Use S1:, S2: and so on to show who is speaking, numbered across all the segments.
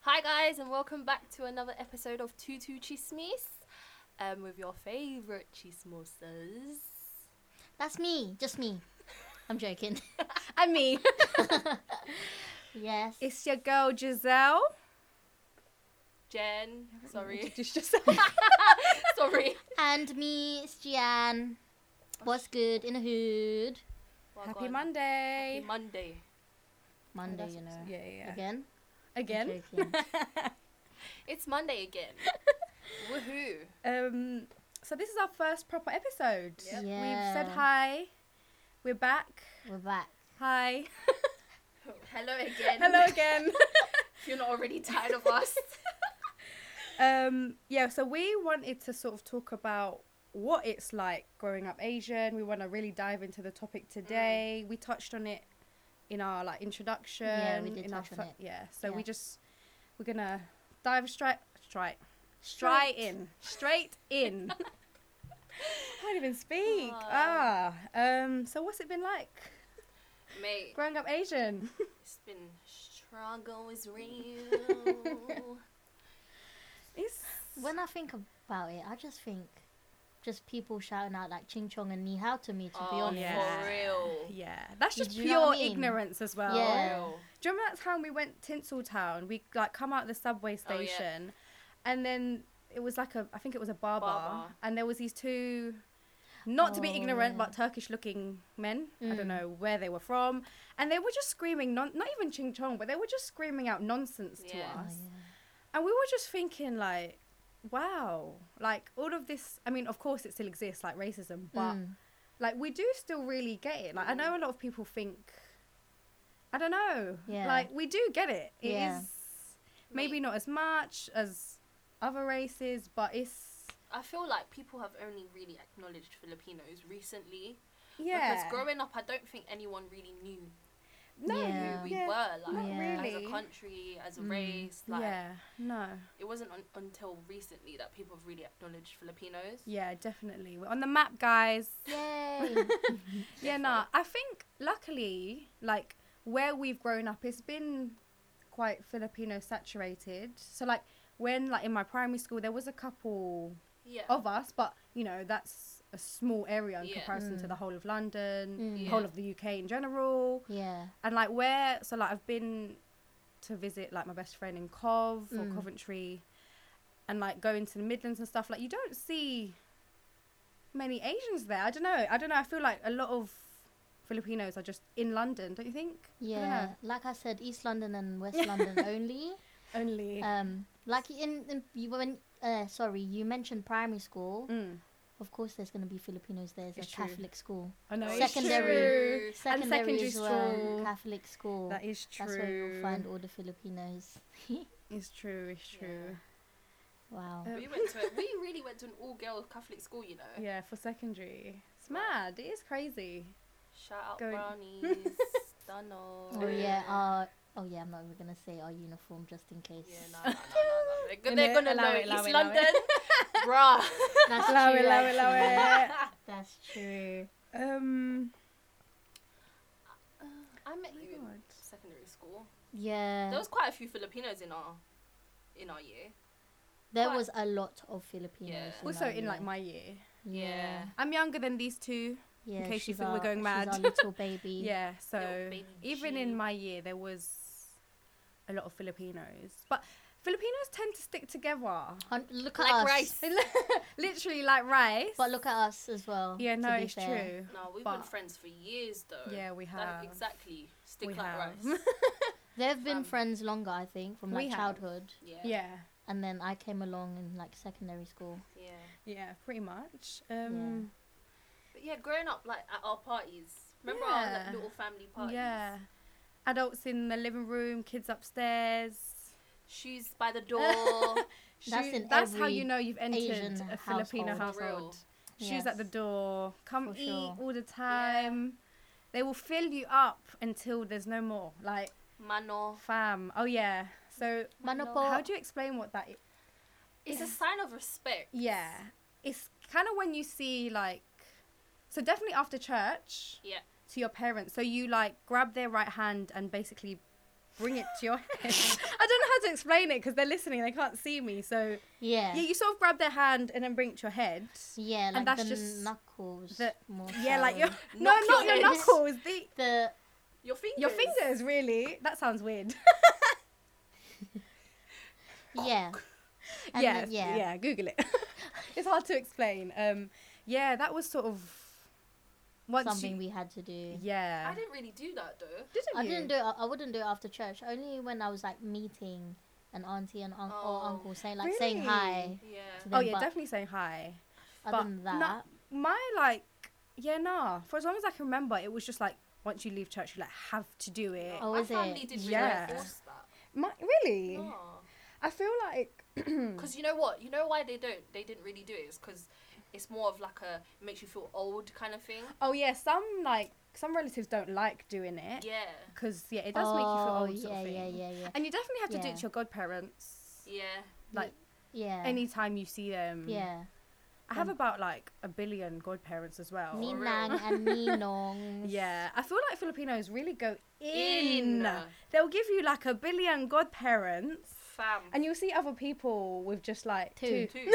S1: Hi guys, and welcome back to another episode of Tutu Chismis, um, with your favorite chismosas.
S2: That's me, just me. I'm joking.
S3: I mean,
S2: yes.
S3: it's your girl Giselle.
S1: Jen, sorry, sorry.
S2: and me, it's Gian. What's good in the hood?
S1: Well gone.
S3: Happy
S1: Happy
S3: Monday.
S1: Monday.
S2: Monday,
S3: that's
S2: you know.
S3: Yeah, yeah.
S2: Again?
S3: Again.
S2: Joking.
S1: It's Monday again. Woohoo!
S3: um, so this is our first proper episode.
S1: Yep.
S2: Yeah.
S3: We've said hi. We're back.
S2: We're back.
S3: Hi.
S1: Hello again.
S3: Hello again.
S1: If you're not already tired of us.
S3: um, yeah. So we wanted to sort of talk about what it's like growing up Asian. We want to really dive into the
S2: Mm.
S3: topic today. We touched on it in our like introduction.
S2: Yeah, we did
S3: in our
S2: touch on
S3: fir-
S2: it.
S3: Yeah. So
S2: Yeah.
S3: we just we're gonna dive straight straight.
S2: Straight.
S3: Straight in. Straight in. I can't even speak.
S1: Oh.
S3: Ah. Um, so what's it been like
S1: Mate,
S3: growing up Asian?
S1: it's been struggle is real.
S3: It's
S2: When I think about it, I just think just people shouting out like Ching Chong and Ni Hao to me, to be
S1: Oh,
S2: honest.
S1: yeah. for real.
S3: Yeah. That's
S2: You-
S3: just
S2: do
S3: pure
S2: you know what I mean?
S3: ignorance as well.
S2: Yeah.
S1: Real.
S3: Do you remember that time we went Tinseltown? We like come out the subway
S1: Oh, yeah.
S3: station and then it was like a I think it was a bar
S1: Bar
S3: bar
S1: bar.
S3: and there was these two not to be
S2: Oh,
S3: ignorant
S2: yeah.
S3: but Turkish looking men. I
S2: Mm.
S3: don't know where they were from. And they were just screaming non not even ching chong, but they were just screaming out nonsense
S1: Yeah.
S3: to
S2: Oh,
S3: us.
S2: yeah.
S3: And we were just thinking, like, wow, like all of this. I mean, of course, it still exists, like racism, but
S2: Mm.
S3: like we do still really get it. Like, I know a lot of people think, I don't know,
S2: Yeah.
S3: like we do get it. It is
S2: Yeah.
S3: maybe
S1: Mate.
S3: not as much as other races, but it's
S1: I feel like people have only really acknowledged Filipinos recently.
S3: yeah,
S1: Because growing up, I don't think anyone really knew
S3: no,
S2: Yeah.
S1: who we
S3: yeah.
S1: were, like
S2: Not
S1: as a
S3: really.
S1: country, as a
S2: Mm.
S1: race. Like
S3: yeah, no,
S1: it wasn't un- until recently that people have really acknowledged Filipinos.
S3: yeah, definitely. We're on the map, guys.
S2: Yay.
S3: Yeah, no, I think luckily, like where we've grown up, it's been quite Filipino saturated. So like when like in my primary school, there was a couple
S1: Yeah.
S3: of us, but you know that's a small area in
S1: Yeah.
S3: comparison to
S2: Mm.
S3: the whole of London,
S2: Mm.
S3: the whole
S1: Yeah.
S3: of the UK in general,
S2: yeah.
S3: and like where. So like I've been to visit like my best friend in Cov or
S2: Mm.
S3: Coventry, and like going to the Midlands and stuff. Like you don't see many Asians there. I don't know. I don't know. I feel like a lot of Filipinos are just in London. Don't you think? I don't
S2: Yeah. Like I said, East London and West London only.
S3: know. Only.
S2: Um, like in, in you when uh, sorry, you mentioned primary school.
S3: Mm.
S2: Of course, there's going to be Filipinos there. It's,
S3: It's
S2: a
S3: true.
S2: Catholic school.
S3: I know. it's
S2: Secondary.
S3: true.
S2: Secondary,
S3: secondary
S2: as well,
S3: school.
S2: Catholic school.
S3: That is true.
S2: That's where you'll find all the Filipinos.
S3: It's true. It's true.
S2: wow.
S3: Uh,
S1: We went to a, we really went to an all girl Catholic school, you know.
S3: Yeah, for secondary. It's mad. It is crazy.
S1: Shout out
S3: Going-
S1: brownies, Dunno.
S2: oh yeah. Uh, oh yeah. I'm not even going to say our uniform just in case.
S1: yeah, no,
S3: uh,
S1: no, no, no, no. They're, go- they're
S3: Innit?
S1: gonna
S3: Allow
S1: know
S3: it, allow
S1: East
S3: it, allow it.
S1: London, bruh.
S2: That's
S3: Allow it,
S2: true.
S3: allow it, allow
S2: actually.
S3: it.
S2: That's true.
S3: Um,
S1: I met
S3: Oh my
S1: you in
S3: God.
S1: secondary school.
S2: Yeah.
S1: There was quite a few Filipinos in our in our year.
S2: there
S1: quite-
S2: was a lot of Filipinos.
S1: Yeah.
S2: in
S3: also
S2: our
S3: in like
S2: year.
S3: my year.
S2: Yeah.
S3: I'm younger than these two.
S2: Yeah.
S3: case
S2: she's
S3: you think we're
S2: our-
S3: going mad.
S2: She's our little baby.
S3: Yeah, so
S1: Little baby
S3: even
S1: G.
S3: in my year, there was a lot of Filipinos. But Filipinos tend to stick together.
S2: Hun- Look at
S1: Like
S2: us.
S1: rice.
S3: They li- Literally like rice.
S2: But look at us as well.
S3: yeah,
S2: to
S3: no,
S2: be
S3: it's
S2: fair.
S3: true.
S1: No, we've been
S3: But-
S1: friends for years though.
S3: Yeah, we
S1: That-
S3: have.
S1: exactly. Stick
S3: We
S1: like
S3: have.
S1: rice.
S2: They've been
S1: Um,
S2: friends longer, I think, from like
S3: we have.
S2: childhood,
S1: Yeah.
S3: Yeah,
S2: and then I came along in like secondary school.
S1: Yeah.
S3: yeah, pretty much. Um,
S1: But yeah, growing up like at our parties. Remember our
S3: Yeah.
S1: like, little family
S3: yeah.
S1: parties?
S3: Adults in the living room, kids upstairs.
S1: Shoes by the door.
S2: That's
S3: Shoe-
S2: in
S3: that's how
S2: every
S3: you know you've entered
S2: Asian
S3: a Filipino
S2: household.
S1: For real.
S3: household. shoes at the
S2: Yes.
S3: door. Come
S2: For
S3: eat
S2: sure.
S3: all the time. They will fill you up until there's no more. Like
S1: Mano.
S3: fam. Oh yeah. So
S2: Mano po.
S3: how do you explain what that? i-
S1: It's a sign of respect.
S3: Yeah, it's kind of when you see like, so definitely after church
S1: Yeah.
S3: to your parents. So you like grab their right hand and basically bring it to your head. I don't know how hard to explain it because they're listening, they can't see me. So
S2: Yeah.
S3: yeah, you sort of grab their hand and then bring it to your head.
S2: Yeah, like
S3: And that's
S2: the
S3: just
S2: knuckles.
S3: the-
S2: more
S3: Yeah, like
S2: so.
S3: your no,
S1: Knock
S3: not
S1: your
S3: your
S1: head.
S3: knuckles, the
S2: the
S1: Your fingers.
S3: your fingers. Really, that sounds weird.
S2: yeah. And
S3: yeah,
S2: then-
S3: yeah, yeah. Google it. it's hard to explain. Um, yeah, that was sort of once
S2: something
S3: you,
S2: we had to do.
S3: yeah.
S1: I didn't really do that though.
S3: didn't
S2: I didn't
S3: you?
S2: do it. I wouldn't do it after church. Only when I was like meeting an auntie and un-
S1: Oh.
S2: or uncle, saying like saying
S3: Really?
S2: hi.
S1: Yeah.
S2: To them,
S3: Oh yeah,
S2: but
S3: definitely saying hi. but
S2: Other than
S3: no-
S2: that,
S3: My like, yeah, nah. For as long as I can remember, it was just like once you leave church, you like have to do it.
S2: Oh,
S1: My
S2: is it?
S1: family did really
S3: Yeah.
S1: enforce that.
S3: My, really?
S2: Oh.
S1: Because
S3: I feel like
S1: you know what? You know why they don't? They didn't really do it. It's because it's more of like a it makes you feel old kind of thing.
S3: oh yeah, some like some relatives don't like doing it
S1: Yeah.
S3: because yeah, it does make you feel
S2: Oh,
S3: old.
S2: Yeah,
S3: sort of thing.
S2: yeah, yeah, yeah,
S3: And you definitely have to do
S2: Yeah.
S3: it to your godparents.
S1: Yeah.
S3: Like
S2: yeah.
S3: anytime you see them.
S2: yeah,
S3: I have
S2: Um,
S3: about like a billion godparents as well.
S1: Ni-
S2: Ninang and Ninongs.
S3: Oh, Yeah, I feel like Filipinos really go in.
S1: In.
S3: They'll give you like a billion godparents,
S1: Fam.
S3: and you'll see other people with just like
S2: Two.
S3: two.
S1: Two.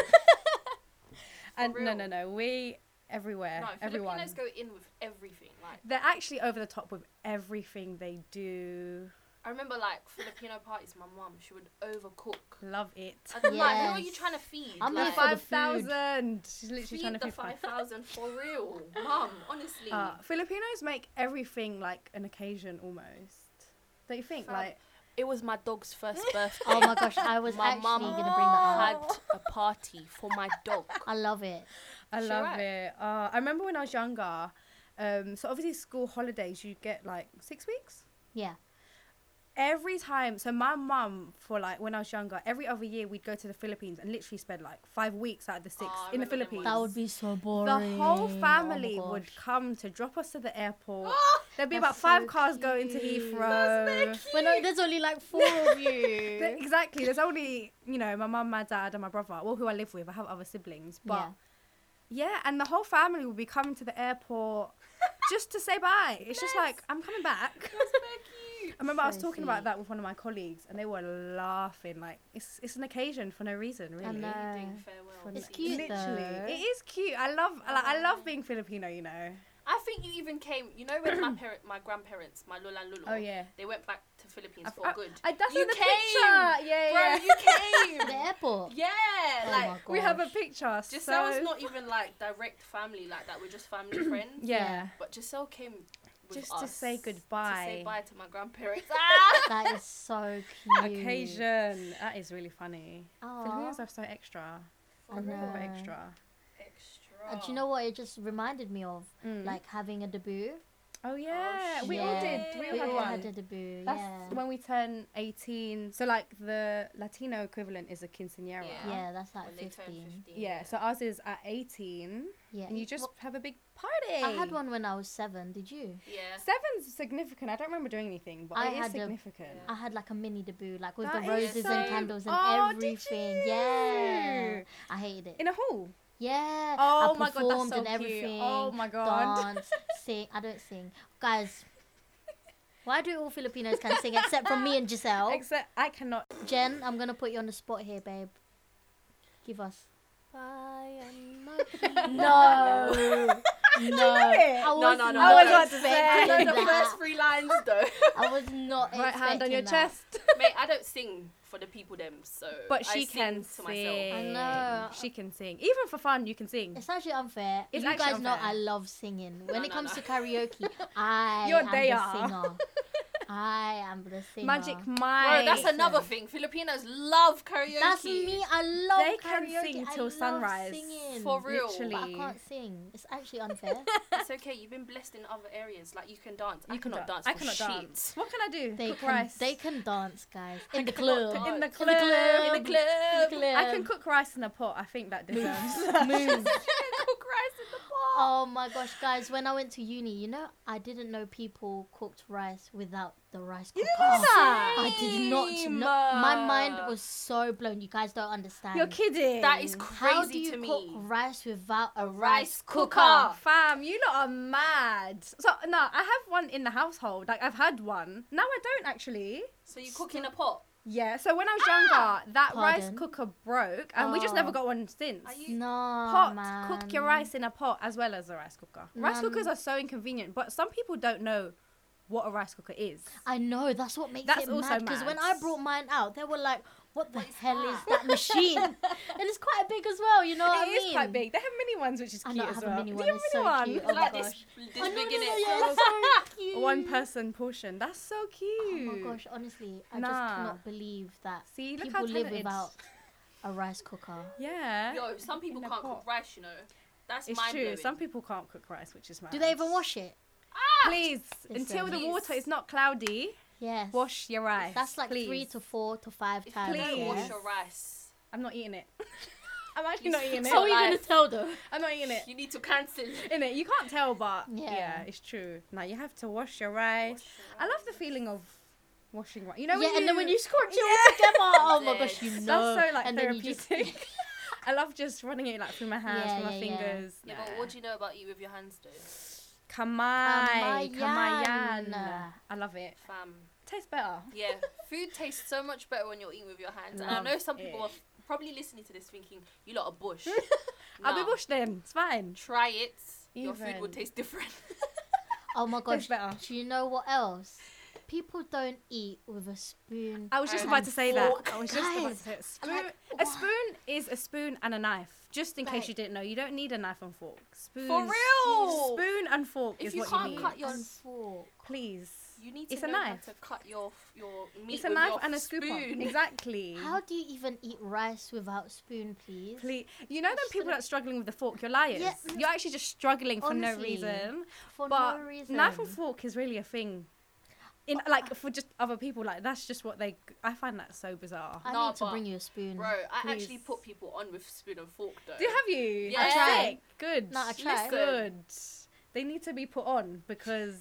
S3: And
S1: For
S3: no,
S1: real.
S3: no, no, we everywhere,
S1: No,
S3: everyone.
S1: Filipinos go in with everything. Like
S3: They're actually over the top with everything they do.
S1: I remember, like Filipino parties. My mum, she would overcook.
S3: Love it.
S1: And then, like, who are
S2: Yes.
S1: you trying to feed?
S2: I'm
S1: like,
S2: here for the
S3: Five
S2: food.
S3: thousand. She's literally
S1: feed
S3: trying to
S1: the
S3: feed
S1: five thousand for real, mum. Honestly,
S3: Uh, Filipinos make everything like an occasion almost. Don't you think?
S1: Fam.
S3: Like
S1: it was my dog's first birthday.
S2: Oh my gosh, I was
S1: my
S2: actually
S1: mum
S2: gonna bring that up.
S1: had a party for my dog.
S2: I love it.
S3: I
S1: Sure.
S3: love it. Uh, I remember when I was younger. Um, so obviously school holidays, you get like six weeks.
S2: Yeah.
S3: Every time, so my mum for like when I was younger, every other year we'd go to the Philippines and literally spend like five weeks out of the six
S1: Oh, I
S3: in the
S1: remember them
S3: Philippines.
S2: That would be so boring.
S3: the whole
S2: Oh my
S3: family would
S2: gosh.
S3: come to drop us to the airport.
S1: Oh,
S3: There'd be about
S2: that's
S3: five
S2: so
S3: cars going to
S2: cute.
S3: Heathrow.
S2: When I- there's only like four of
S3: Th-
S2: you.
S3: Exactly. There's only you know my mum, my dad, and my brother. Well, who I live with. I have other siblings, but
S2: yeah.
S3: Yeah, and the whole family will be coming to the airport just to say bye. It's just
S1: Yes.
S3: like, I'm coming back.
S1: that's so cute.
S3: I remember I was
S2: So sweet.
S3: talking about that with one of my colleagues, and they were laughing. Like, it's, it's an occasion for no reason, really.
S2: know.
S1: Bidding
S2: No.
S1: farewell.
S3: For
S2: uh, It's
S1: to
S3: no-
S1: each-
S2: cute. though.
S3: It is cute. I love like, I love being Filipino, you know.
S1: I think you even came. You know when my parent, my grandparents, my lola and lulu.
S3: Oh, yeah.
S1: They went back to Philippines
S3: I-
S1: for good.
S3: I, that's
S1: You
S3: in the
S1: came,
S3: picture. Yeah, yeah.
S1: Bro, you
S2: The
S1: came.
S2: airport.
S1: yeah,
S2: Oh
S1: like
S2: my
S3: we have a
S2: gosh.
S3: picture.
S1: Giselle's
S3: so-
S1: not even like direct family like that. We're just family friends.
S3: Yeah.
S1: But Giselle came with
S3: Just to
S1: us
S3: say
S1: To say
S3: goodbye.
S1: bye to my grandparents. Ah!
S2: That is so cute.
S3: Occasion. That is really funny.
S2: Aw.
S3: Filipinos are so extra.
S1: For real.
S2: I know.
S3: Proper extra.
S1: Extra.
S2: Uh, do you know what it just reminded me of?
S3: Mm.
S2: Like having a debut.
S3: Oh yeah, we all
S2: Yeah.
S3: did. We all
S2: We
S3: had
S2: all
S3: one.
S2: had a debut.
S3: That's
S2: yeah.
S3: when we turn 18. So, like, the Latino equivalent is a quinceanera.
S1: Yeah.
S2: yeah, that's like
S1: When they turn
S2: 15.
S1: 15.
S3: Yeah, so ours is at 18,
S2: Yeah.
S3: and you just have a big party.
S2: I had one when I was seven. Did you?
S1: Yeah.
S3: Seven's significant. I don't remember doing anything, but
S2: I
S3: it is
S2: had a-
S3: significant.
S1: Yeah.
S2: I had like a mini debut, like with
S3: That
S2: the
S3: is
S2: roses and
S1: so-
S2: candles and
S3: Oh, did
S2: everything.
S3: you?
S2: Yeah. I hated it.
S3: In a hall.
S2: yeah.
S3: Oh
S2: I
S3: my god, that's
S2: performed
S3: so
S2: and everything.
S3: cute. Oh my god.
S2: Dance, sing. I don't sing. Guys, why do all Filipinos can sing except from me and Giselle?
S3: Except I cannot.
S2: Jen, I'm going to put you on the spot here, babe. Give us.
S1: I am lucky.
S2: No. no.
S3: it.
S2: I
S1: No,
S2: was
S1: no, no,
S2: not
S1: I was
S3: about to say,
S1: I
S2: expecting
S1: know the
S2: that.
S1: first three lines though.
S2: I was not
S3: Right hand on your
S2: expecting that.
S3: chest.
S1: Mate, I don't sing for the people them, so
S3: But
S1: I
S3: she can
S1: sing to myself.
S2: I
S3: sing.
S2: know.
S3: She can sing. Even for fun, you can sing.
S2: It's actually unfair.
S3: It's
S2: you guys
S3: actually
S2: know
S3: unfair.
S2: I love singing. When
S1: No,
S2: it
S1: no,
S2: comes
S1: no.
S2: to karaoke, I
S3: You're-
S2: am
S3: they
S2: the
S3: are.
S2: singer. I am the singer.
S3: Magic Mike.
S1: Bro, that's
S2: Amazing.
S1: another thing. Filipinos love karaoke.
S2: That's me. I love
S3: They can
S2: karaoke.
S3: sing
S2: I
S3: till
S2: love
S3: sunrise.
S2: Singing.
S1: For real.
S2: But I
S3: Literally.
S2: can't sing. It's actually unfair.
S1: It's okay. You've been blessed in other areas. Like you can dance. I
S3: You can
S1: cannot
S3: dan-
S1: dance.
S3: I
S1: for
S3: cannot
S1: shit.
S3: dance. What can I do?
S2: they
S3: cook
S2: can.
S3: rice.
S2: They can dance, guys. In the
S1: cannot
S2: club.
S1: dance.
S3: in the
S1: In
S3: club.
S1: In the club.
S2: In the
S3: I can
S2: club.
S3: cook rice in a pot. I think that deserves.
S2: Move.
S1: Cook rice in the pot.
S2: Oh my gosh, guys! When I went to uni, you know, I didn't know people cooked rice without the rice cooker. I did not
S1: Same.
S2: know. My mind was so blown. You guys don't understand.
S3: You're kidding.
S1: That is
S2: How do
S1: crazy
S2: you
S1: to
S2: cook
S1: me.
S2: rice without a
S1: rice
S2: rice cooker?
S1: cooker?
S3: Fam, you lot are mad. So no, I have one in the household. Like I've had one. Now I don't actually.
S2: Oh
S1: So you cook in a pot.
S3: Yeah, so when I was younger, that rice
S2: Ah, Pardon?
S3: cooker broke, and we just
S2: Oh.
S3: never got one since.
S1: Are you-
S2: No,
S3: pot,
S2: man.
S3: cook your rice in a pot as well as a rice cooker. Rice
S2: Mum.
S3: cookers are so inconvenient, but some people don't know what a rice cooker is.
S2: I know that's what makes
S3: That's
S2: it
S3: also
S2: mad because when I
S3: mad.
S2: brought mine out, they were like, "What the
S1: What's
S2: hell is
S1: that?"
S2: that machine?" and it's quite big as well. You know what
S3: It
S2: I
S3: is
S2: mean?
S3: quite big. They have mini ones, which is
S2: I
S3: cute
S2: know I
S3: as
S2: have
S3: well.
S2: a mini
S3: Do
S2: one.
S3: you
S2: It's so
S3: have a mini
S2: cute.
S3: one?
S2: Oh my
S1: like this,
S2: gosh.
S1: this
S2: I
S1: big
S2: know,
S1: in
S2: no, no,
S1: itself.
S2: yeah, it's so cute.
S3: One person portion. That's so
S2: Oh
S3: cute.
S2: my gosh! Honestly, I
S3: Nah.
S2: just cannot believe that
S3: See, look how
S2: people live
S3: talented-
S2: without a rice cooker.
S3: Yeah.
S1: Yo, some people
S3: In a
S1: can't cook
S3: pot.
S1: rice, you know. That's
S3: It's
S1: mind
S3: true.
S1: blowing.
S3: Some people can't cook rice, which is mad.
S2: Do they even wash it?
S3: Please,
S2: Listen.
S3: until the
S1: Please.
S3: water is not cloudy,
S2: Yes.
S3: wash your rice.
S2: That's like
S3: please.
S2: three to four to five
S1: If
S2: times.
S1: you don't
S2: yeah.
S1: wash
S3: Yes.
S1: your rice,
S3: I'm not eating it. I'm actually not eating
S2: How
S1: So-
S2: are
S3: it.
S2: you gonna
S1: life.
S2: tell them?
S3: I'm not eating it.
S1: you need to cancel.
S3: In it, you can't tell, but yeah.
S2: Yeah.
S3: it's true. No, you have to wash your rice.
S1: Wash your
S3: I love the feeling of washing rice. You know,
S2: yeah, and then when you scorch it all
S3: Yeah.
S2: together, oh my gosh, you
S1: That's
S2: know.
S3: that's so like
S2: and then you just-
S3: therapeutic. I love just running it like through my hands,
S2: Yeah,
S3: through my
S2: yeah, yeah.
S3: fingers.
S1: Yeah, but what do you know about eat with your hands, though?
S3: Kamai,
S2: Kamayan.
S3: kamayan. I love it.
S1: Fam.
S3: Tastes better.
S1: Yeah, food tastes so much better when you're eating with your hands.
S3: Love
S1: and I know some people
S3: it.
S1: are f- probably listening to this thinking, you lot are bush.
S3: I'll be
S1: Nah,
S3: bush then. It's fine.
S1: Try it. Your food will
S3: Even.
S1: taste different.
S2: Oh my gosh.
S3: Tastes better.
S2: Do you know what else? People don't eat with a spoon.
S3: I was just
S1: Um,
S3: about to say that.
S2: fork.
S3: I was just about to
S2: Guys,
S3: say it. spoon.
S2: like,
S3: a
S2: what?
S3: spoon is a spoon and a knife. Just in case
S2: Like-
S3: you didn't know, you don't need a knife and fork. Spoon.
S1: real?
S3: Spoon and fork
S1: If
S3: is
S1: you
S3: what
S1: can't
S3: you need.
S1: cut your-
S2: And fork.
S3: Please.
S1: You need to
S3: It's a
S1: know
S3: knife.
S1: how to cut your f- your meat
S3: It's a
S1: with
S3: knife
S1: your
S3: and a
S1: spoon.
S3: scooper. Exactly.
S2: How do you even eat rice without spoon, please?
S3: Please, you know them
S2: Just
S3: people
S2: gonna-
S3: that are struggling with the fork. You're liars.
S2: Yeah.
S3: You're actually just struggling for no
S2: Honestly.
S3: reason.
S2: For
S3: but
S2: no reason.
S3: knife and fork is really a thing. In like for just other people, like that's just what they. I find that so bizarre.
S2: I
S1: Nah,
S2: need to
S1: but-
S2: bring you a spoon.
S1: Bro, I actually
S3: Please.
S1: put people on with spoon and fork though.
S3: Do you have you?
S1: Yeah. I
S2: tried.
S3: Sick. Good.
S2: No, I tried.
S3: Good. They need to be put on because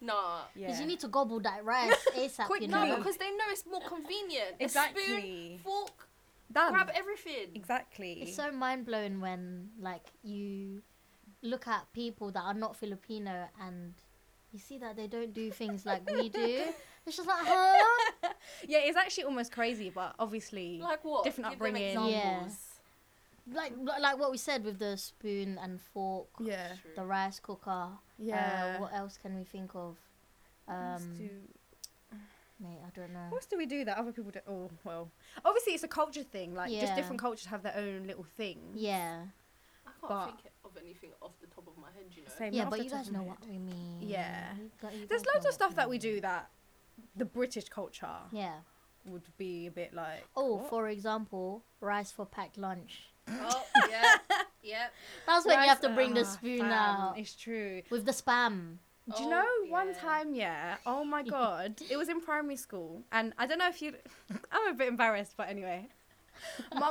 S1: nah.
S3: yeah.
S2: Because you need to gobble that rice ASAP,
S3: Quick,
S2: you
S1: No,
S2: know?
S3: Yeah.
S1: because they know it's more convenient. A spoon,
S3: exactly
S1: fork,
S3: done.
S1: grab everything.
S3: exactly.
S2: It's so mind blowing when like you look at people that are not Filipino and you see that they don't do things like we do. It's just like, huh?
S3: yeah, it's actually almost crazy, but obviously
S1: Like what?
S3: Different
S1: Give them
S3: upbringing.
S2: Yeah.
S1: examples.
S2: Like like what we said with the spoon and fork,
S3: yeah,
S1: True.
S2: the rice cooker.
S3: yeah.
S2: Uh, what else can we think of?
S3: else
S2: Um,
S3: do-
S2: mate, I don't know.
S3: What else do we do that other people do? Oh well, obviously it's a culture thing. Like just
S2: Yeah.
S3: different cultures have their own little thing.
S2: Yeah,
S1: I can't
S3: But-
S1: think of anything off the top of my head, you know.
S3: Same,
S2: yeah,
S3: not off
S2: but
S3: the
S2: you
S3: top
S2: guys
S3: of my
S2: know
S3: head.
S2: what we mean.
S3: Yeah.
S2: You gu- you
S3: There's
S2: guys
S3: loads
S2: know
S3: of stuff
S2: what
S3: that
S2: we
S3: we
S2: mean.
S3: do that the British culture
S2: Yeah.
S3: would be a bit like.
S2: Oh,
S3: what?
S2: for example, rice for packed lunch.
S1: Oh, yeah, yeah.
S2: That's when you
S3: Rice-
S2: have to bring the
S3: Ah,
S2: spoon
S3: fam,
S2: out
S3: It's true.
S2: with the spam.
S3: Do you
S1: Oh,
S3: know one
S1: yeah.
S3: time, yeah? Oh my god, it was in primary school, and I don't know if you. I'm a bit embarrassed, but anyway, my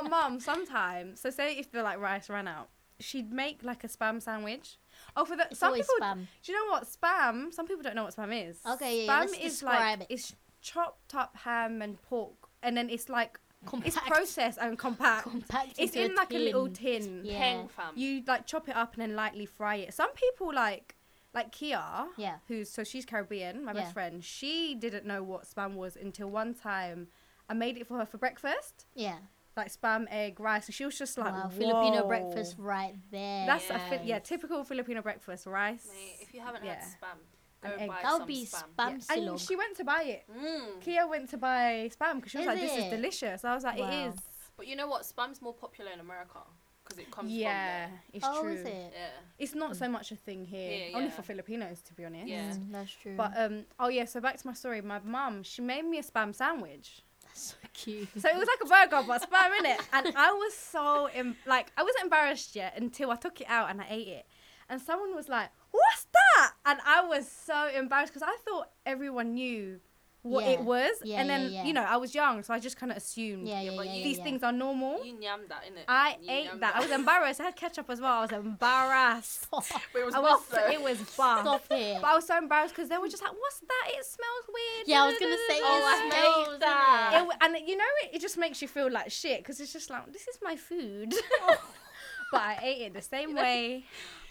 S3: mum sometimes. So say if the like rice ran out, she'd make like a spam sandwich. Oh, for the
S2: It's
S3: some
S2: always
S3: people.
S2: spam.
S3: Do you know what spam? Some people don't know what spam is.
S2: Okay, yeah, yeah,
S3: spam
S2: let's
S3: is
S2: describe
S3: like
S2: it.
S3: it's chopped up ham and pork, and then it's like
S2: Compact.
S3: it's processed and compact.
S2: compact
S3: it's
S2: into
S3: in like a little
S2: tin.
S3: tin.
S2: Yeah.
S1: Peng fam.
S3: You like chop it up and then lightly fry it. Some people like like Kia,
S2: Yeah.
S3: who's so she's Caribbean, my
S2: Yeah.
S3: best friend. She didn't know what spam was until one time I made it for her for breakfast,
S2: Yeah.
S3: like spam, egg, rice, and she was just like,
S2: wow, Filipino
S3: "Whoa."
S2: breakfast right there.
S3: That's a fi-
S1: Yes.
S3: yeah, typical Filipino breakfast, rice.
S1: Mate, if you haven't
S3: Yeah.
S1: had spam, go
S3: An egg.
S1: buy
S2: That
S1: some
S2: would be
S1: spam.
S2: spam
S3: Yeah,
S2: silog.
S3: And she went to buy it.
S1: Mm.
S3: Kia went to buy spam because she was
S2: Is
S3: like, "This
S2: it?
S3: is delicious." I was like,
S2: Wow.
S3: "It is."
S1: But you know what? Spam's more popular in America because it comes
S3: yeah, it's
S2: oh,
S3: true.
S2: is
S1: from
S2: it?
S1: there.
S3: It's not so much a thing here,
S1: Yeah,
S3: only
S1: yeah.
S3: for Filipinos, to be honest.
S1: Yeah.
S2: Mm, that's true.
S3: But um, oh yeah, so back to my story. My mum, she made me a spam sandwich.
S2: that's so cute.
S3: So it was like a burger, but spam in it. And I was so em- like, I wasn't embarrassed yet until I took it out and I ate it. And someone was like, "What's that?" And I was so embarrassed because I thought everyone knew what it
S2: Yeah.
S3: was.
S2: Yeah,
S3: and
S2: yeah,
S3: then
S2: yeah.
S3: you know, I was young, so I just kind of assumed
S2: yeah, yeah,
S1: but
S2: yeah,
S1: you-
S2: yeah,
S3: these
S2: yeah.
S3: things are normal.
S1: Yeah. You yammed that, innit?
S3: I
S1: You
S3: ate
S1: yammed
S3: that. I was embarrassed. I had ketchup as well. I was embarrassed.
S1: But it was
S3: I was.
S1: bust, though.
S3: It was buff.
S2: Stop it.
S3: But I was so embarrassed because they were just like, "What's that? It smells weird."
S2: yeah, I was gonna say.
S1: Oh, I
S2: it
S1: hate
S2: smells, innit?
S1: that.
S3: It w- and you know, it, it just makes you feel like shit because it's just like, "This is my food."
S2: Oh.
S3: but I ate it the same way.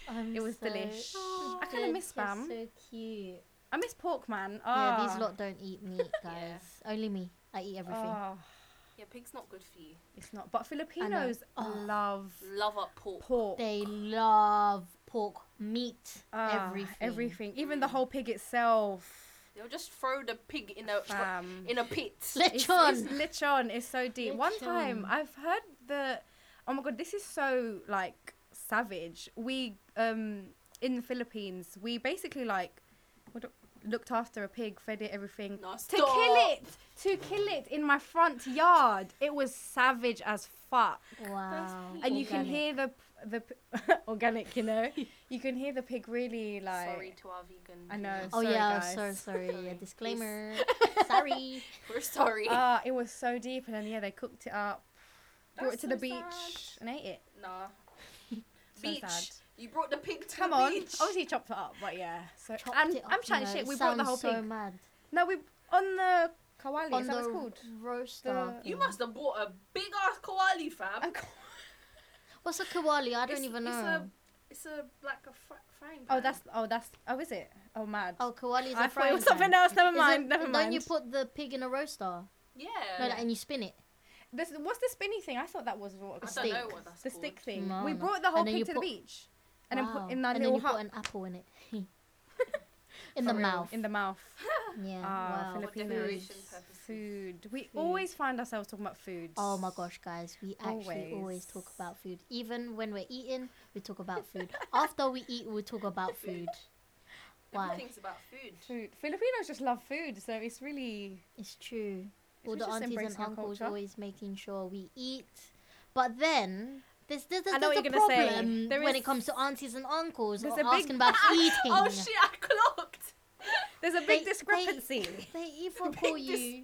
S2: I'm
S3: It was
S2: so-
S3: delish.
S2: Oh,
S3: I kinda miss
S2: that's
S3: spam.
S2: So cute.
S3: I miss pork, man.
S2: Yeah, these
S3: Ah.
S2: lot don't eat meat, guys.
S1: Yeah.
S2: Only me. I eat everything.
S3: Oh,
S1: Yeah, pig's not good for you.
S3: it's not. But Filipinos
S2: Oh.
S3: love
S1: Love up pork.
S3: pork.
S2: They love pork, meat,
S3: Ah,
S2: everything.
S3: Everything. Even the whole pig itself.
S1: They'll just throw the pig in a
S3: Fam.
S1: in a pit.
S3: It's,
S2: Lechon.
S3: it's lechon. It's so deep. One time
S2: Lechon.
S3: I've heard the oh my god, this is so like savage. We um in the Philippines, we basically like what do- looked after a pig, fed it everything.
S1: No,
S3: to
S1: stop.
S3: kill it, to kill it in my front yard. It was savage as fuck.
S2: wow.
S3: And you can
S2: Organic.
S3: hear the p- the p- organic, you know. You can hear the pig really like
S1: Sorry to our vegan.
S3: I know.
S1: viewers.
S2: Oh
S3: Sorry,
S2: yeah,
S3: guys.
S2: sorry, sorry.
S1: Sorry,
S2: Yeah,
S1: please.
S2: disclaimer. sorry.
S1: We're sorry.
S3: Ah, it was so deep, and then yeah, they cooked it up, brought
S1: That's
S3: it to the
S1: so
S3: beach,
S1: sad.
S3: and ate it.
S1: nah.
S3: So
S1: beach.
S3: sad.
S1: You brought the pig to
S3: Come
S1: the
S3: on,
S1: beach.
S3: obviously chopped it up, but yeah. So
S2: Chopped
S3: I'm,
S2: it up,
S3: I'm
S2: you
S3: chatting
S2: know,
S3: shit.
S2: it
S3: We brought the whole
S2: sounds so
S3: pig.
S2: mad.
S3: No, we on the kawali.
S2: On
S3: is
S2: the
S3: that what it's called?
S2: roaster.
S3: The-
S1: You must have bought a big ass koali, fam.
S3: A ka-
S2: What's a kawali? I don't
S1: It's-
S2: even
S1: it's a-
S2: know.
S1: It's a like a fr- frying pan.
S3: Oh, that's oh that's oh is it? Oh mad.
S2: Oh, kawali is
S3: I
S2: a
S3: thought
S2: frying
S3: it was something
S2: pan.
S3: else. Never
S2: Is it-
S3: mind. never mind.
S2: Don't you put the pig in a roaster?
S1: yeah.
S2: No, and you spin it.
S3: this, what's the spinny thing? I thought that was
S1: I
S3: what it was
S1: don't know
S2: stick.
S1: what that's
S3: the
S1: called.
S3: stick thing.
S2: No,
S3: we
S2: no.
S3: brought the whole
S2: And then you
S3: pig to the
S2: put-
S3: beach, and then
S2: Wow.
S3: put in that
S2: and then
S3: little
S2: you
S3: hut
S2: put an apple in it. in the
S3: For real,
S2: mouth.
S3: In the mouth.
S2: yeah.
S3: Ah,
S2: wow.
S1: Filip-
S3: Filipinos.
S1: decoration purposes.
S3: Food. We always find ourselves talking about food.
S2: Oh my gosh, guys, we actually always.
S3: Always.
S2: talk about food. Even when we're eating, we talk about food. After we eat, we talk about food. Why?
S1: Everything's about food.
S3: Food. Filipinos just love food, so it's really
S2: It's true.
S3: It's
S2: All
S3: just
S2: the aunties and
S3: embracing our
S2: uncles
S3: culture.
S2: always making sure we eat. But then there's there's,
S3: I
S2: there's,
S3: know
S2: a
S3: what you're gonna say.
S2: problem
S3: There
S2: when
S3: is-
S2: it comes to aunties and uncles
S3: There's
S2: or
S3: a big-
S2: asking about eating.
S1: Oh shit! I clocked.
S3: There's a big
S2: They-
S3: discrepancy.
S2: They even call
S1: dis-
S2: you.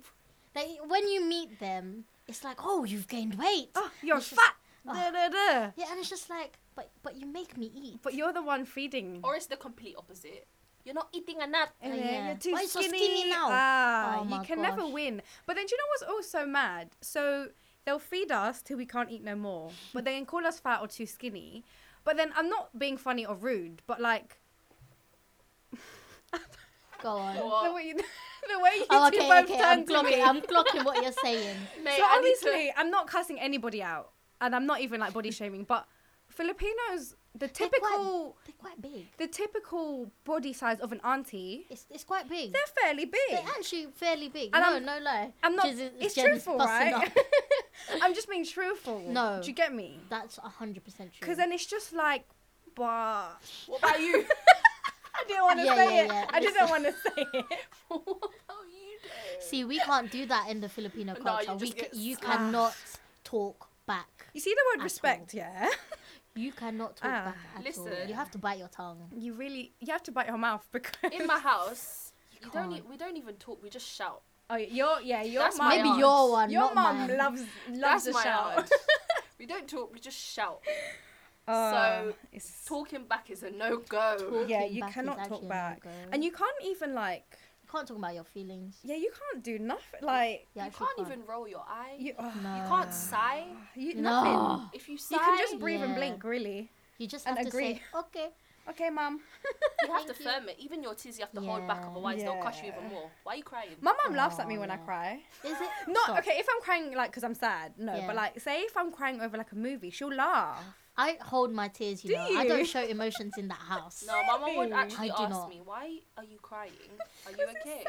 S2: They when you meet them, it's like, oh, you've gained weight.
S3: oh, you're
S2: It's just-
S3: fat.
S2: Oh.
S3: Da, da, da.
S2: Yeah, and it's just like, but but you make me eat.
S3: But you're the one feeding.
S1: Or it's the complete opposite. You're not eating a nut.
S3: And
S2: Oh,
S3: then
S2: yeah.
S3: you're too
S2: Why you so
S3: skinny.
S2: skinny now?
S3: Ah,
S2: Oh,
S3: you
S2: my
S3: can never
S2: gosh.
S3: win. But then do you know what's also mad? So they'll feed us till we can't eat no more. But they can call us fat or too skinny. But then I'm not being funny or rude, but like
S2: Go on.
S1: Or-
S3: the way you, the way you
S2: Oh,
S3: two
S2: okay,
S3: both
S2: okay.
S3: turned
S2: I'm
S3: to me.
S2: clocking. I'm clocking what you're saying.
S1: Mate,
S3: so
S1: I need to-
S3: obviously, I'm not cussing anybody out, and I'm not even like body shaming. But Filipinos, the
S2: They're quite-
S3: typical,
S2: They're quite big.
S3: the typical body size of an auntie,
S2: It's it's quite big.
S3: they're fairly big.
S2: They're actually fairly big.
S3: And
S2: no,
S3: I'm-
S2: no lie.
S3: I'm not.
S2: Jizz is-
S3: it's
S2: Jen is
S3: truthful,
S2: busting
S3: right?
S2: up.
S3: I'm just being truthful.
S2: No.
S3: do you get me?
S2: That's hundred percent true.
S3: Because then it's just like, but I
S1: What about you?
S3: didn't want to
S2: Yeah,
S3: say
S2: yeah,
S3: it.
S2: yeah.
S3: I didn't want to say it.
S1: what about Oh, you doing?
S2: see, we can't do that in the Filipino
S1: No, you
S2: culture. we
S1: just
S2: ca-
S1: get
S2: you
S1: slapped.
S2: cannot talk back.
S3: You see the
S2: At
S3: word respect, yeah?
S2: You cannot talk
S3: Ah,
S2: back at all.
S1: listen.
S2: You have to bite your tongue.
S3: You really, you have to bite your mouth because
S1: in my house, you don't.
S2: can't.
S1: e- We don't even talk. We just shout.
S3: oh, your yeah, your
S1: That's
S3: mum-
S1: my
S2: Maybe
S1: aunt.
S2: your one,
S3: your
S2: not
S3: mum
S2: mine.
S3: loves loves
S1: That's
S3: a
S1: my
S3: shout.
S1: aunt. we don't talk. We just shout.
S3: Ah,
S1: So,
S3: it's
S1: Talking back is a no go.
S3: yeah,
S2: Talking
S3: you
S2: back is
S3: cannot
S2: actually
S3: talk
S2: a
S3: back,
S2: no-go.
S3: and you can't even like
S2: You can't talk about your feelings.
S3: yeah, you can't do nothing like
S2: Yeah,
S1: you can't even roll your eye. You,
S3: you oh,
S1: can't sigh.
S3: you
S2: No.
S3: nothing.
S1: If you sigh,
S3: You can just breathe and
S2: Yeah.
S3: blink, really.
S2: You just
S3: and
S2: have to say,
S3: agree.
S2: okay.
S3: Okay, mum.
S1: you have to
S2: Thank you.
S1: firm it. Even your tears, you have to hold back.
S2: Yeah.
S1: Otherwise, they'll cuss you
S3: Yeah.
S1: even more. Why are you crying?
S3: My mum laughs at me
S2: Oh,
S3: when I
S2: yeah.
S3: cry.
S2: Is it
S3: Not
S2: Stop.
S3: okay if I'm crying like because I'm sad. No,
S2: Yeah.
S3: but like say if I'm crying over like a movie, she'll laugh.
S2: I hold my tears. You
S3: Do
S2: know, I don't
S3: you?
S2: show emotions in that house.
S1: no, my mum would
S3: Really?
S1: actually
S2: I do
S1: ask
S2: not.
S1: me, "Why are you crying? Are you okay?"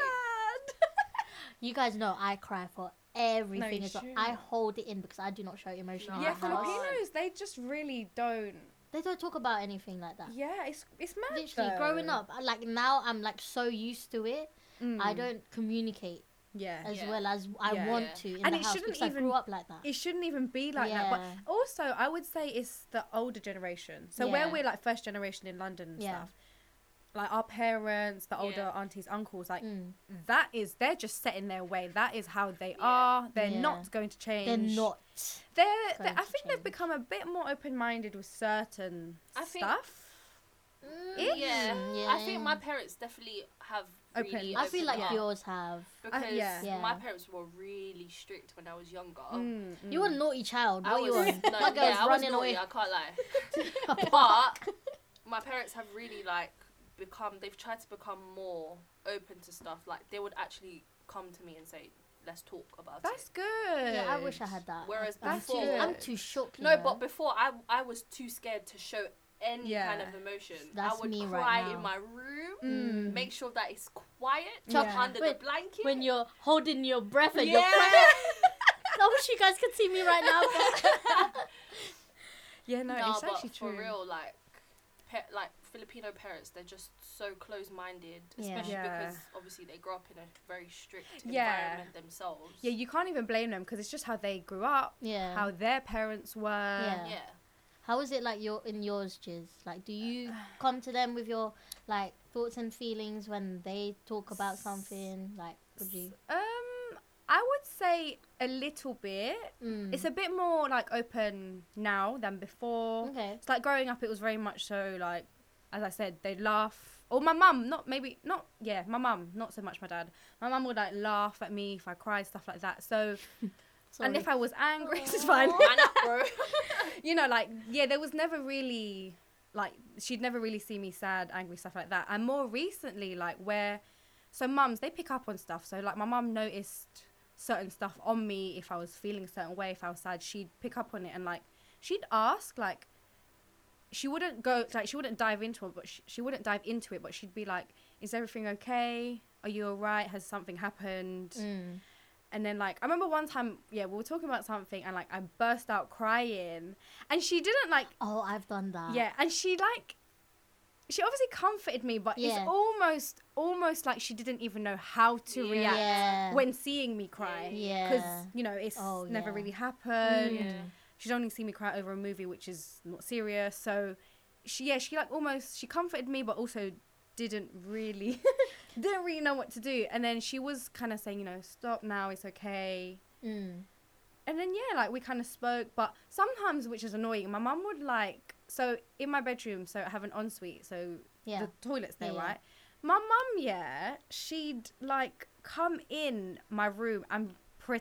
S2: You guys know I cry for everything.
S3: you
S2: as well.
S3: shouldn't.
S2: I hold it in because I do not show emotion. in
S1: No.
S3: yeah,
S2: that house.
S1: Filipino-
S3: Filipinos they just really don't.
S2: They don't talk about anything like that.
S3: Yeah, it's it's mad.
S2: Literally,
S3: though.
S2: growing up, I- like now, I'm like so used to it. I
S3: Mm,
S2: don't communicate
S3: Yeah,
S2: as
S1: Yeah.
S2: well as I
S3: Yeah.
S2: want
S1: Yeah.
S2: to in
S3: And
S2: the
S3: it
S2: house
S3: shouldn't
S2: because I
S3: even-
S2: grew up like that.
S3: it shouldn't even be like that.
S2: Yeah.
S3: But also, I would say it's the older generation. So where
S2: Yeah.
S3: we're like first generation in London and
S2: Yeah.
S3: stuff, like our parents, the older
S1: Yeah.
S3: aunties, uncles, like
S2: Mm.
S3: that is they're just set in their way. That is how they
S1: Yeah.
S3: are. They're
S2: Yeah.
S3: not going to change.
S2: They're not.
S3: They're, they
S2: going
S3: I
S2: to
S3: think they've
S2: change.
S3: become a bit more open-minded with certain
S1: I think-
S3: stuff.
S2: Eh?
S3: Ish.
S1: Mm, Yeah.
S2: Mm, Yeah.
S1: I think my parents definitely have.
S3: Open.
S1: Really
S2: I feel
S1: opened
S2: like
S1: up.
S2: yours have.
S1: because
S3: yeah.
S2: Yeah.
S1: my parents were really strict when I was younger.
S3: Mm, mm.
S2: You were a naughty child.
S1: I
S2: What
S1: was,
S2: you on?
S1: no,
S2: My girl's
S1: yeah, I was
S2: running
S1: naughty,
S2: away.
S1: I can't lie. but my parents have really like become they've tried to become more open to stuff like they would actually come to me and say let's talk about
S3: That's
S1: it.
S3: good.
S2: Yeah, I wish I had that.
S1: Whereas
S2: I'm
S1: before-
S2: too, I'm
S3: That's
S2: too shook.
S1: No,
S2: you know.
S1: but before I I was too scared to show any kind
S3: Yeah.
S1: of emotion.
S2: That's
S1: I would
S2: me right
S1: cry
S2: now.
S1: in my room,
S3: Mm.
S1: make sure that it's quiet,
S2: Chuck-
S1: tucked under
S2: When-
S1: the blanket.
S2: when you're holding your breath and you're
S1: yeah.
S2: I wish you guys could see me right now. But
S3: Yeah, no,
S1: Nah,
S3: it's
S1: but
S3: actually true.
S1: for real, like, pa- like Filipino parents, they're just so close-minded,
S2: Yeah.
S1: especially
S3: Yeah.
S1: because obviously they grow up in a very strict
S3: Yeah.
S1: environment themselves.
S3: Yeah, you can't even blame them because it's just how they grew up,
S2: yeah.
S3: how their parents were.
S2: Yeah.
S1: yeah.
S2: How is it like your in yours, Jiz? Like, do you come to them with your like thoughts and feelings when they talk about something? Like, would you?
S3: Um, I would say a little bit.
S2: Mm.
S3: It's a bit more like open now than before.
S2: okay.
S3: It's like growing up, it was very much so like, as I said, they'd laugh. Or my mum, not maybe, not, yeah, my mum, not so much my dad. My mum would like laugh at me if I cried, stuff like that. So, and if I was angry, it's fine.
S1: Why not, bro?
S3: you know, like yeah, there was never really like she'd never really see me sad, angry, stuff like that. And more recently, like where so mums they pick up on stuff. So like my mum noticed certain stuff on me if I was feeling a certain way, if I was sad, she'd pick up on it and like she'd ask like she wouldn't go like she wouldn't dive into it, but she, she wouldn't dive into it, but she'd be like, "Is everything okay? Are you all right? Has something happened?"
S2: Mm.
S3: And then like I remember one time, yeah, we were talking about something and like I burst out crying. And she didn't like
S2: Oh, I've done that.
S3: yeah, and she like she obviously comforted me, but
S2: Yeah.
S3: it's almost almost like she didn't even know how to
S1: Yeah.
S3: react
S2: Yeah.
S3: when seeing me cry.
S2: Yeah.
S3: Cuz you know, it's
S2: Oh,
S3: never
S2: yeah.
S3: really happened.
S1: Yeah.
S3: She's only seen me cry over a movie which is not serious. So she yeah, she like almost she comforted me but also didn't really didn't really know what to do. And then she was kind of saying, you know, stop now, it's okay
S2: Mm.
S3: and then yeah, like we kind of spoke, but sometimes, which is annoying, my mum would like so in my bedroom, so I have an ensuite, so
S2: Yeah.
S3: the toilet's there,
S2: Yeah, yeah.
S3: right? My mum, yeah, she'd like come in my room and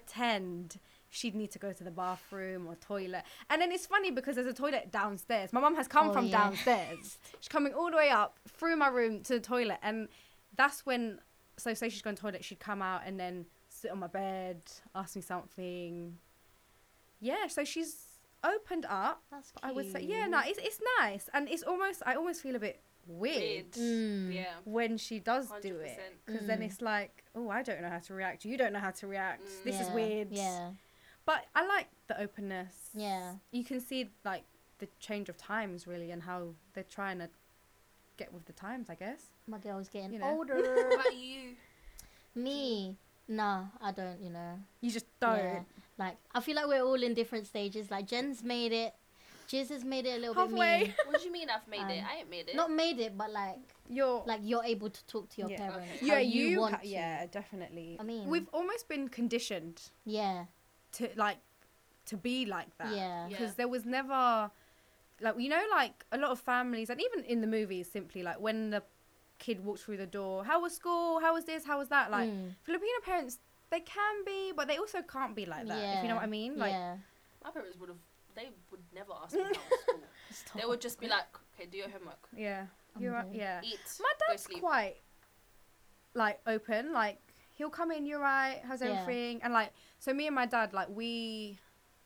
S3: pretend she'd need to go to the bathroom or toilet, and then it's funny because there's a toilet downstairs. My mum has come
S2: Oh,
S3: from
S2: yeah.
S3: downstairs, she's coming all the way up through my room to the toilet, and that's when so say she's gone to the toilet, she'd come out and then sit on my bed, ask me something. Yeah, so she's opened up.
S2: That's cute.
S3: I would say, yeah, no, it's it's nice, and it's almost I almost feel a bit weird
S1: Weird.
S2: Mm.
S1: Yeah.
S3: when she does do it
S1: 100%.
S3: because then
S2: Mm.
S3: it's like, oh, I don't know how to react. You don't know how to react.
S1: Mm.
S3: This is
S2: Yeah,
S3: weird.
S2: Yeah.
S3: But I like the openness.
S2: Yeah.
S3: You can see like the change of times really, and how they're trying to get with the times, I guess.
S2: My girl's getting
S3: You know.
S2: older.
S1: What about you?
S2: me. Nah, I don't. You know.
S3: You just don't.
S2: Yeah. Like, I feel like we're all in different stages. Like, Jen's made it. Jiz has made it a little
S3: Halfway.
S2: bit. Me.
S1: What do you mean I've made it?
S2: Um,
S1: I ain't made it.
S2: Not made it, but like,
S3: You're
S2: like you're able to talk to your
S3: Yeah.
S2: parents.
S1: Okay.
S2: how
S3: yeah, you,
S2: want
S3: ha-
S2: to.
S3: yeah, definitely.
S2: I mean-
S3: we've almost been conditioned
S2: Yeah.
S3: to like to be like that.
S2: Yeah.
S1: Yeah.
S3: because there was never like you know like a lot of families and even in the movies simply like when the kid walks through the door, how was school? How was this? How was that? Like
S2: Mm.
S3: Filipino parents, they can be, but they also can't be like that. If you know what I mean, like
S2: yeah.
S1: My parents would have. They would never ask me how was school. They would just be like, "Okay, do your homework,
S3: yeah,
S2: I'm
S3: you're right.
S2: good.
S3: Yeah,
S1: eat,
S3: my
S1: go
S3: dad's
S1: sleep."
S3: quite like open like he'll come in you're right how's
S2: Yeah.
S3: everything and like so me and my dad like we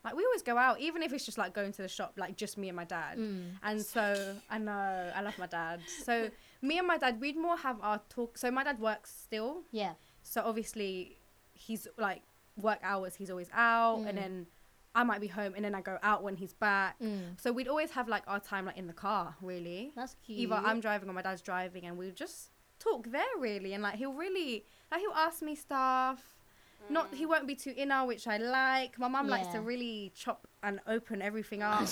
S3: like we always go out even if it's just like going to the shop like just me and my dad
S2: Mm.
S3: and so i know i love my dad so me and my dad we'd more have our talk so my dad works still
S2: Yeah.
S3: so obviously he's like work hours he's always out
S2: Mm.
S3: and then i might be home and then i go out when he's back
S2: Mm.
S3: so we'd always have like our time like in the car really
S2: That's cute.
S3: either I'm driving or my dad's driving, and we'll just talk there really. And like he'll really like he'll ask me stuff. Not he won't be too inner, which I like. My mum likes to
S2: Mm. Yeah.
S3: really chop and open everything up.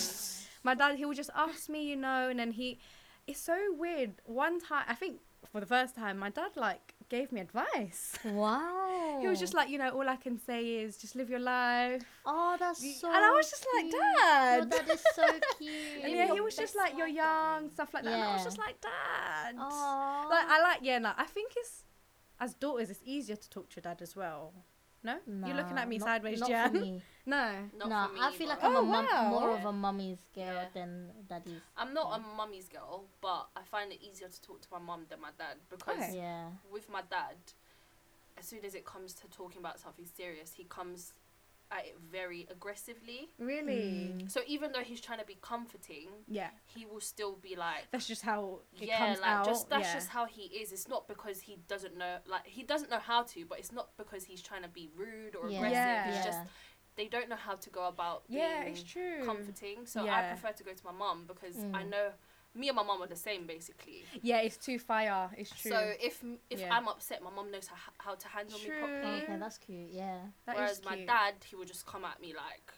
S3: my dad he will just ask me, you know, and then he. It's so weird. One time, I think for the first time, my dad like gave me advice.
S2: Wow.
S3: He was just like, you know, all I can say is just live your life.
S2: oh, that's so.
S3: and I was just like,
S2: cute. Your
S3: Dad.
S2: dad is so cute.
S3: and
S1: Live
S3: yeah, he
S1: your
S3: was just
S1: best
S3: like, you're
S1: life,
S3: young,
S1: darling.
S3: stuff like that. And I was
S2: Yeah.
S3: just like, Dad
S2: Aww.
S3: like I like yeah, like I think it's as daughters it's easier to talk to your dad as well. No? You're looking
S2: Nah,
S3: at me
S2: not-
S3: sideways,
S2: not for
S3: Jan.
S2: me.
S3: No.
S1: Not
S2: nah,
S1: for me,
S2: I feel like
S1: but-
S2: I'm a
S3: Oh,
S2: mum,
S3: wow.
S2: more
S1: Yeah.
S2: of a mummy's girl
S1: Yeah.
S2: than daddy's.
S1: I'm not a mummy's girl, but I find it easier to talk to my mum than my dad because
S3: Okay.
S2: Yeah.
S1: with my dad, as soon as it comes to talking about something serious, he comes at it very aggressively.
S3: Really?
S2: Mm.
S1: So even though he's trying to be comforting,
S3: Yeah.
S1: he will still be like,
S3: That's just how it
S1: yeah,
S3: comes
S1: like
S3: out.
S1: just that's
S3: yeah.
S1: just how he is. It's not because he doesn't know, like he doesn't know how to, but it's not because he's trying to be rude or
S2: Yeah.
S1: aggressive.
S3: Yeah.
S1: It's just
S2: Yeah.
S1: they don't know how to go about
S3: yeah,
S1: being
S3: it's true.
S1: comforting. So I
S3: Yeah.
S1: prefer to go to my mum because I
S2: Mm.
S1: know me and my mum are the same basically.
S3: Yeah, it's too fire. It's true.
S1: So if m- if
S3: Yeah.
S1: I'm upset, my mum knows how, how to handle me
S3: True.
S1: properly.
S2: Oh, Okay, that's cute. Yeah.
S3: That
S1: Whereas
S3: is
S1: my
S3: cute.
S1: dad, he would just come at me like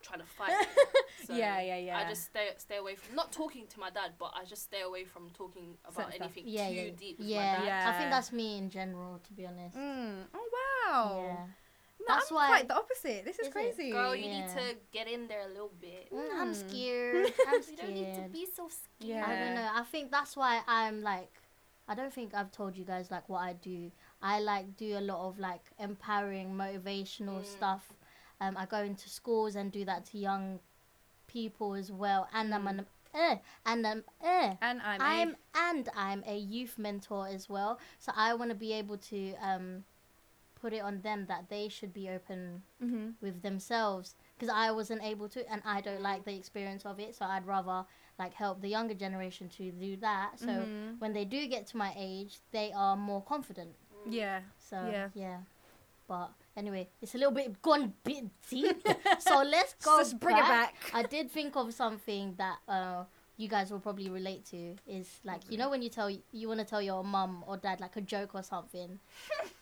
S1: trying to fight. me. So
S3: yeah, yeah, yeah.
S1: I just stay stay away from not talking to my dad, but I just stay away from talking about
S3: Certain stuff.
S1: anything
S2: Yeah.
S1: too
S2: Yeah.
S1: deep with my
S2: Yeah.
S1: dad.
S3: Yeah.
S2: I think that's me in general, to be honest.
S3: Mm. Oh wow.
S2: Yeah.
S3: No,
S2: That's
S3: I'm
S2: why-
S3: quite the opposite. This is,
S2: Is it?
S3: crazy.
S1: Girl, you need
S2: Yeah.
S1: to get in there a little bit.
S2: Mm, I'm
S3: Mm.
S2: scared. I'm
S1: You
S2: scared.
S1: don't need to be so scared.
S2: I
S3: Yeah.
S2: don't know. I think that's why I'm like, I don't think I've told you guys like what I do. I like do a lot of like empowering, motivational
S1: Mm.
S2: stuff. Um, I go into schools and do that to young people as well. And I'm an eh, and I'm eh.
S3: And Mm. I'm,
S2: I'm
S3: a,
S2: and I'm a youth mentor as well. So I want to be able to um, put it on them that they should be open
S3: hmm
S2: with themselves because I wasn't able to, and I don't like the experience of it. So I'd rather like help the younger generation to do that. So
S3: Mhm.
S2: when they do get to my age, they are more confident.
S3: yeah.
S2: So
S3: Yeah.
S2: yeah, But anyway, it's a little bit gone bit deep. so let's go.
S3: Just bring it back.
S2: I did think of something that uh, you guys will probably relate to is like you know when you tell you want to tell your mum or dad like a joke or something,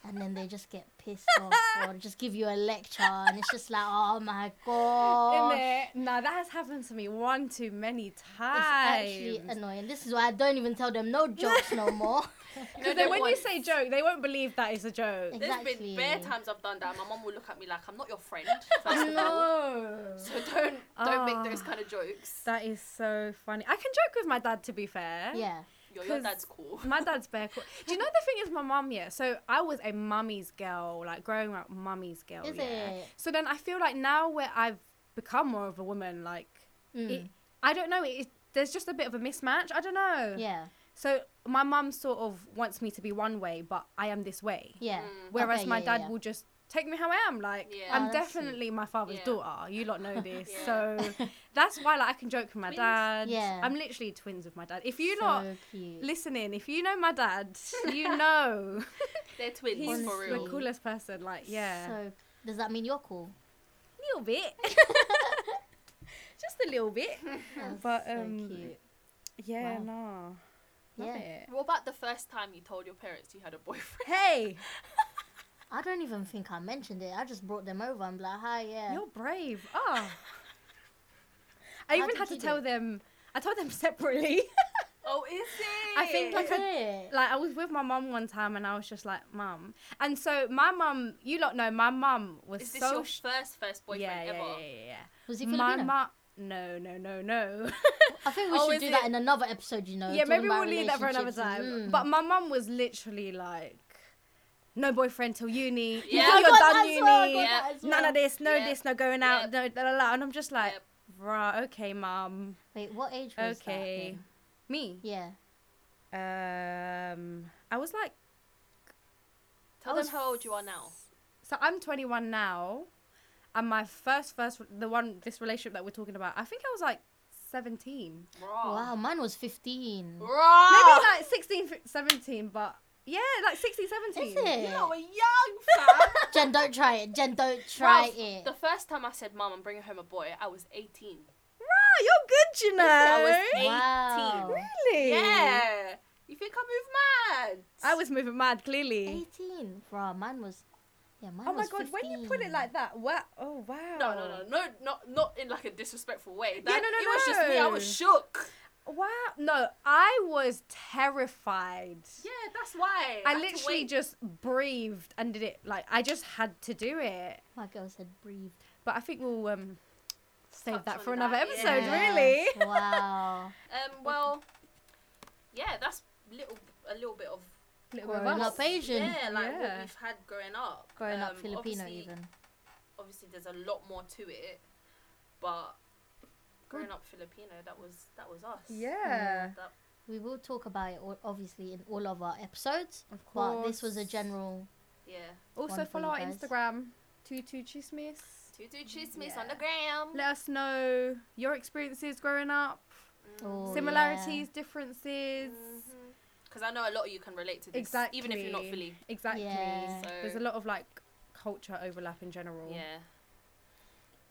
S2: and then they just get pissed off or just give you a lecture, and it's just like oh my god.
S3: Innit? Nah, that has happened to me one too many
S2: Oh. It's
S3: times.
S2: actually annoying. This is why I don't even tell them no jokes no more.
S1: No,
S3: Because then
S1: no
S3: when you
S1: one-
S3: say joke, they won't believe that is a joke.
S2: Ex-
S1: There's been bare
S2: Exactly.
S1: times I've done that. My mum will look at me like, I'm not your friend. First of all.
S3: no.
S1: So don't don't
S3: Ah.
S1: make those kind of jokes.
S3: That is so funny. I can joke with my dad, to be fair.
S2: yeah.
S1: Your, your
S3: 'Cause-
S1: dad's cool.
S3: My dad's bare cool. Do you know the thing is my mum, yeah? So I was a mummy's girl, like growing up, mummy's girl.
S2: Is
S3: Oh, yeah.
S2: it?
S3: So then I feel like now where I've become more of a woman, like,
S2: Mm.
S3: it, I don't know, it, it, there's just a bit of a mismatch. I don't know.
S2: yeah.
S3: So my mum sort of wants me to be one way, but I am this way.
S2: Yeah.
S1: Mm.
S3: Whereas
S2: Okay,
S3: my
S2: yeah,
S3: dad
S2: yeah.
S3: will just take me how I am. Like
S1: Yeah.
S3: I'm
S2: Oh, that's sweet.
S3: definitely my father's
S1: Yeah.
S3: daughter. You lot know this.
S1: Yeah.
S3: So that's why like I can joke with my
S1: Twins.
S3: dad.
S2: Yeah.
S3: I'm literally twins with my dad. If you
S2: so
S3: lot
S2: cute.
S3: listening, if you know my dad, you know
S1: They're twins
S3: he's
S1: for real.
S3: the coolest person. Like yeah,
S2: So does that mean you're cool?
S3: little bit. Just a little bit.
S2: That's
S3: But,
S2: so
S3: um,
S2: cute.
S3: Yeah,
S2: Wow.
S3: nah. Love
S2: Yeah.
S3: it.
S1: What about the first time you told your parents you had a boyfriend?
S3: Hey,
S2: I don't even think I mentioned it. I just brought them over. I'm like, hi, yeah.
S3: You're brave. Oh. I
S2: How
S3: even
S2: did
S3: had to
S2: you do
S3: tell
S2: it?
S3: them. I told them separately.
S1: Oh, is it?
S3: I think like
S2: Is
S3: I-
S2: it?
S3: like I was with my mum one time and I was just like, "Mum." And so my mum, you lot know, my mum was
S1: is this
S3: so
S1: your
S3: sh-
S1: first first boyfriend
S3: yeah, yeah,
S1: ever?
S3: yeah, yeah,
S2: Was he
S3: yeah. My
S2: Filipino?
S3: mum. No, no, no, no.
S2: I think we
S1: Oh,
S2: should
S1: is
S2: do that
S1: it-
S2: in another episode. You know.
S3: yeah,
S2: talking
S3: maybe
S2: about
S3: we'll leave that for another
S2: relationships
S3: time.
S2: and- mm.
S3: But my mum was literally like, "No boyfriend till uni.
S1: Yeah.
S3: Yeah,
S1: I
S2: got
S3: you're
S2: that
S3: done
S2: as
S3: uni.
S2: well, I got
S1: Yeah.
S2: that as
S3: None
S2: well.
S3: of this. No
S1: Yeah.
S3: this. No going out. No da da da." And I'm just like,
S1: Yep.
S3: "Right, okay, mum."
S2: Wait, what age was
S3: Okay.
S2: that? then?
S3: Me.
S2: Yeah.
S3: Um, I was like,
S1: Tell
S3: I
S1: them
S3: was
S1: how old you are now.
S3: so I'm 21 now, and my first, first, the one, this relationship that we're talking about, I think I was like 17.
S1: Raw.
S2: Wow, mine was 15.
S1: Raw.
S3: Maybe like 16, 17, but yeah, like 16, 17.
S2: Is it?
S1: you lot were young, fam.
S2: Jen, don't try it. Jen, don't try
S1: Bruv,
S2: it.
S1: The first time I said, "Mom, I'm bringing home a boy," I was 18.
S3: Rah, you're good, you know.
S1: I was 18.
S2: Wow.
S3: really?
S1: Yeah. You think I move mad?
S3: I was moving mad, clearly.
S2: 18. Bro, mine was. Yeah, mine
S3: Oh my
S2: was
S3: god, when you put
S2: 15.
S3: it like that, wow. Oh, wow.
S1: No, no, no, no, not not in like a disrespectful way.
S3: Yeah,
S1: That,
S3: no, no,
S1: it was just me. I was shook.
S3: Wow. No, I was terrified.
S1: Yeah, that's why.
S3: I
S1: had to
S3: literally
S1: wait.
S3: just breathed and did it. Like I just had to do it.
S2: My girl said breathe.
S3: But I think we'll um save
S1: Touch
S3: that for
S1: on
S3: another
S1: that,
S3: episode.
S2: Yes,
S3: Really.
S2: Wow.
S1: Um. Well. Yeah, that's little a little bit of
S3: Little bit of
S2: Growing
S3: us.
S2: up Asian.
S1: Yeah, like what
S3: Yeah.
S1: we've had growing up.
S2: Growing up
S1: Um,
S2: Filipino,
S1: obviously-
S2: even.
S1: Obviously, there's a lot more to it, but growing up Filipino, that was that was us.
S3: Yeah.
S1: That,
S2: We will talk about it, all, obviously, in all of our episodes.
S3: Of course.
S2: But this was a general
S1: Yeah.
S3: Also
S2: Wonderful,
S3: follow
S2: you
S3: our
S2: guys.
S3: Instagram, Tutu Chismis.
S1: Tutu chismis on
S3: Yeah.
S1: the gram.
S3: Let us know your experiences growing up,
S2: Oh,
S3: similarities, differences.
S1: Mm-hmm. Because I know a lot of you can relate to this, even if you're not
S3: Exactly.
S1: Philly.
S3: Exactly.
S2: Yeah.
S1: So-
S3: There's a lot of like culture overlap in general.
S1: Yeah.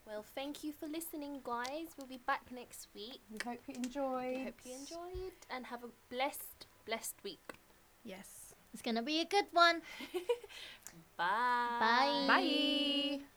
S4: Well, thank you for listening, guys. We'll be back next week.
S3: We hope you enjoy.
S1: We hope you enjoy.
S4: Enjoyed and have a blessed, blessed week.
S3: Yes.
S2: It's gonna be a good one.
S1: Bye.
S2: Bye.
S3: Bye.